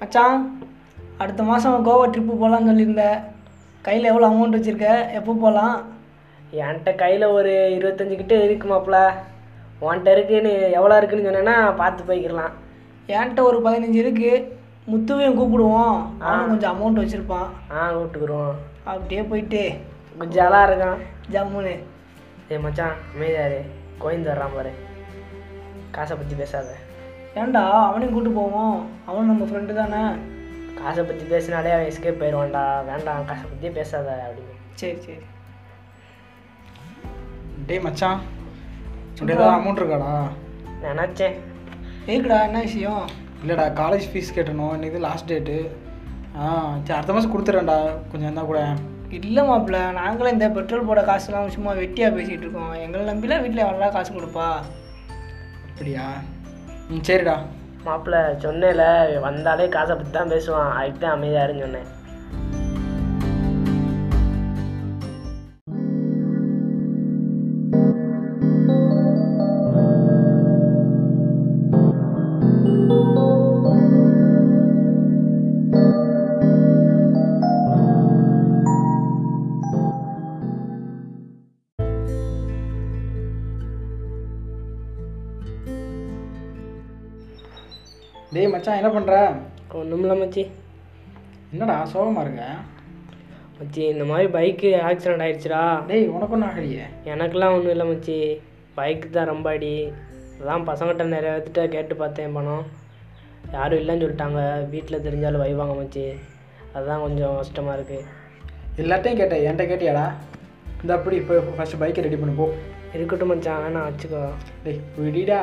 மச்சான் அடுத்த மாதம் கோவா ட்ரிப்பு போகலான்னு சொல்லியிருந்த கையில் எவ்வளோ அமௌண்ட் வச்சுருக்க எப்போ போகலாம் என்கிட்ட கையில் ஒரு இருபத்தஞ்சு கிட்ட இருக்கு மாப்ள உன்கிட்ட இருக்குன்னு எவ்வளோ இருக்குன்னு சொன்னேன்னா பார்த்து போய்க்கிடலாம் என்கிட்ட ஒரு பதினஞ்சு இருக்குது முத்துவையும் கூப்பிடுவோம் அவனும் கொஞ்சம் அமௌண்ட் வச்சுருப்பான் ஆ கூப்பிட்டுக்குருவோம் அப்படியே போயிட்டு கொஞ்சம் ஜலாக இருக்கான் ஜம்முன்னு ஏ மச்சான் அமைதியாரு கோயந்து வர்றான் பாரு காசை பற்றி பேசாத ஏன்டா அவனையும் கூப்பிட்டு போவோம் அவனும் நம்ம ஃப்ரெண்டு தானே காசை பற்றி பேசினாலே அவன் எஸ்கேப் போயிடுவான்டா வேண்டாம் காசை பற்றியே பேசாத அப்படின்னு சரி சரி டேய் மச்சான் உன்ட்ட ஏதாவது அமௌண்ட் இருக்காடா நினச்சேன் ஏக்குடா என்ன விஷயம் இல்லைடா காலேஜ் ஃபீஸ் கட்டணும் இன்னைக்கு இது லாஸ்ட் டேட்டு ஆ சரி அடுத்த மாதம் கொடுத்துறேன்டா கொஞ்சம் இருந்தால் கூட இல்லை மாப்பிள்ள நாங்களும் இந்த பெட்ரோல் போட காசுலாம் சும்மா வெட்டியாக பேசிகிட்டு இருக்கோம் எங்களை நம்பிலாம் வீட்டில் எவ்வளோ காசு கொடுப்பா அப்படியா ம் சரிடா மாப்பிள்ள சொன்னேல வந்தாலே காசை பற்றி தான் பேசுவான் அதுக்கு தான் அமைதியாருன்னு சொன்னேன் டேய் மச்சான் என்ன பண்ணுற ஒன்றும் மச்சி என்னடா சோகமாக இருக்க மச்சி இந்த மாதிரி பைக்கு ஆக்சிடென்ட் ஆயிடுச்சுடா டேய் உனக்கு ஒன்றும் ஆகலையே எனக்கெல்லாம் ஒன்றும் இல்லை மச்சி பைக்கு தான் ரொம்ப அடி அதான் பசங்கள்கிட்ட நிறைய பேர்த்திட்ட கேட்டு பார்த்தேன் பணம் யாரும் இல்லைன்னு சொல்லிட்டாங்க வீட்டில் தெரிஞ்சாலும் வைவாங்க மச்சி அதுதான் கொஞ்சம் கஷ்டமாக இருக்குது எல்லார்ட்டையும் கேட்டேன் என்கிட்ட கேட்டியாடா இந்த அப்படி இப்போ ஃபஸ்ட்டு பைக்கை ரெடி பண்ணி போ இருக்கட்டும் மச்சான் நான் வச்சுக்கோ டேய் விடிடா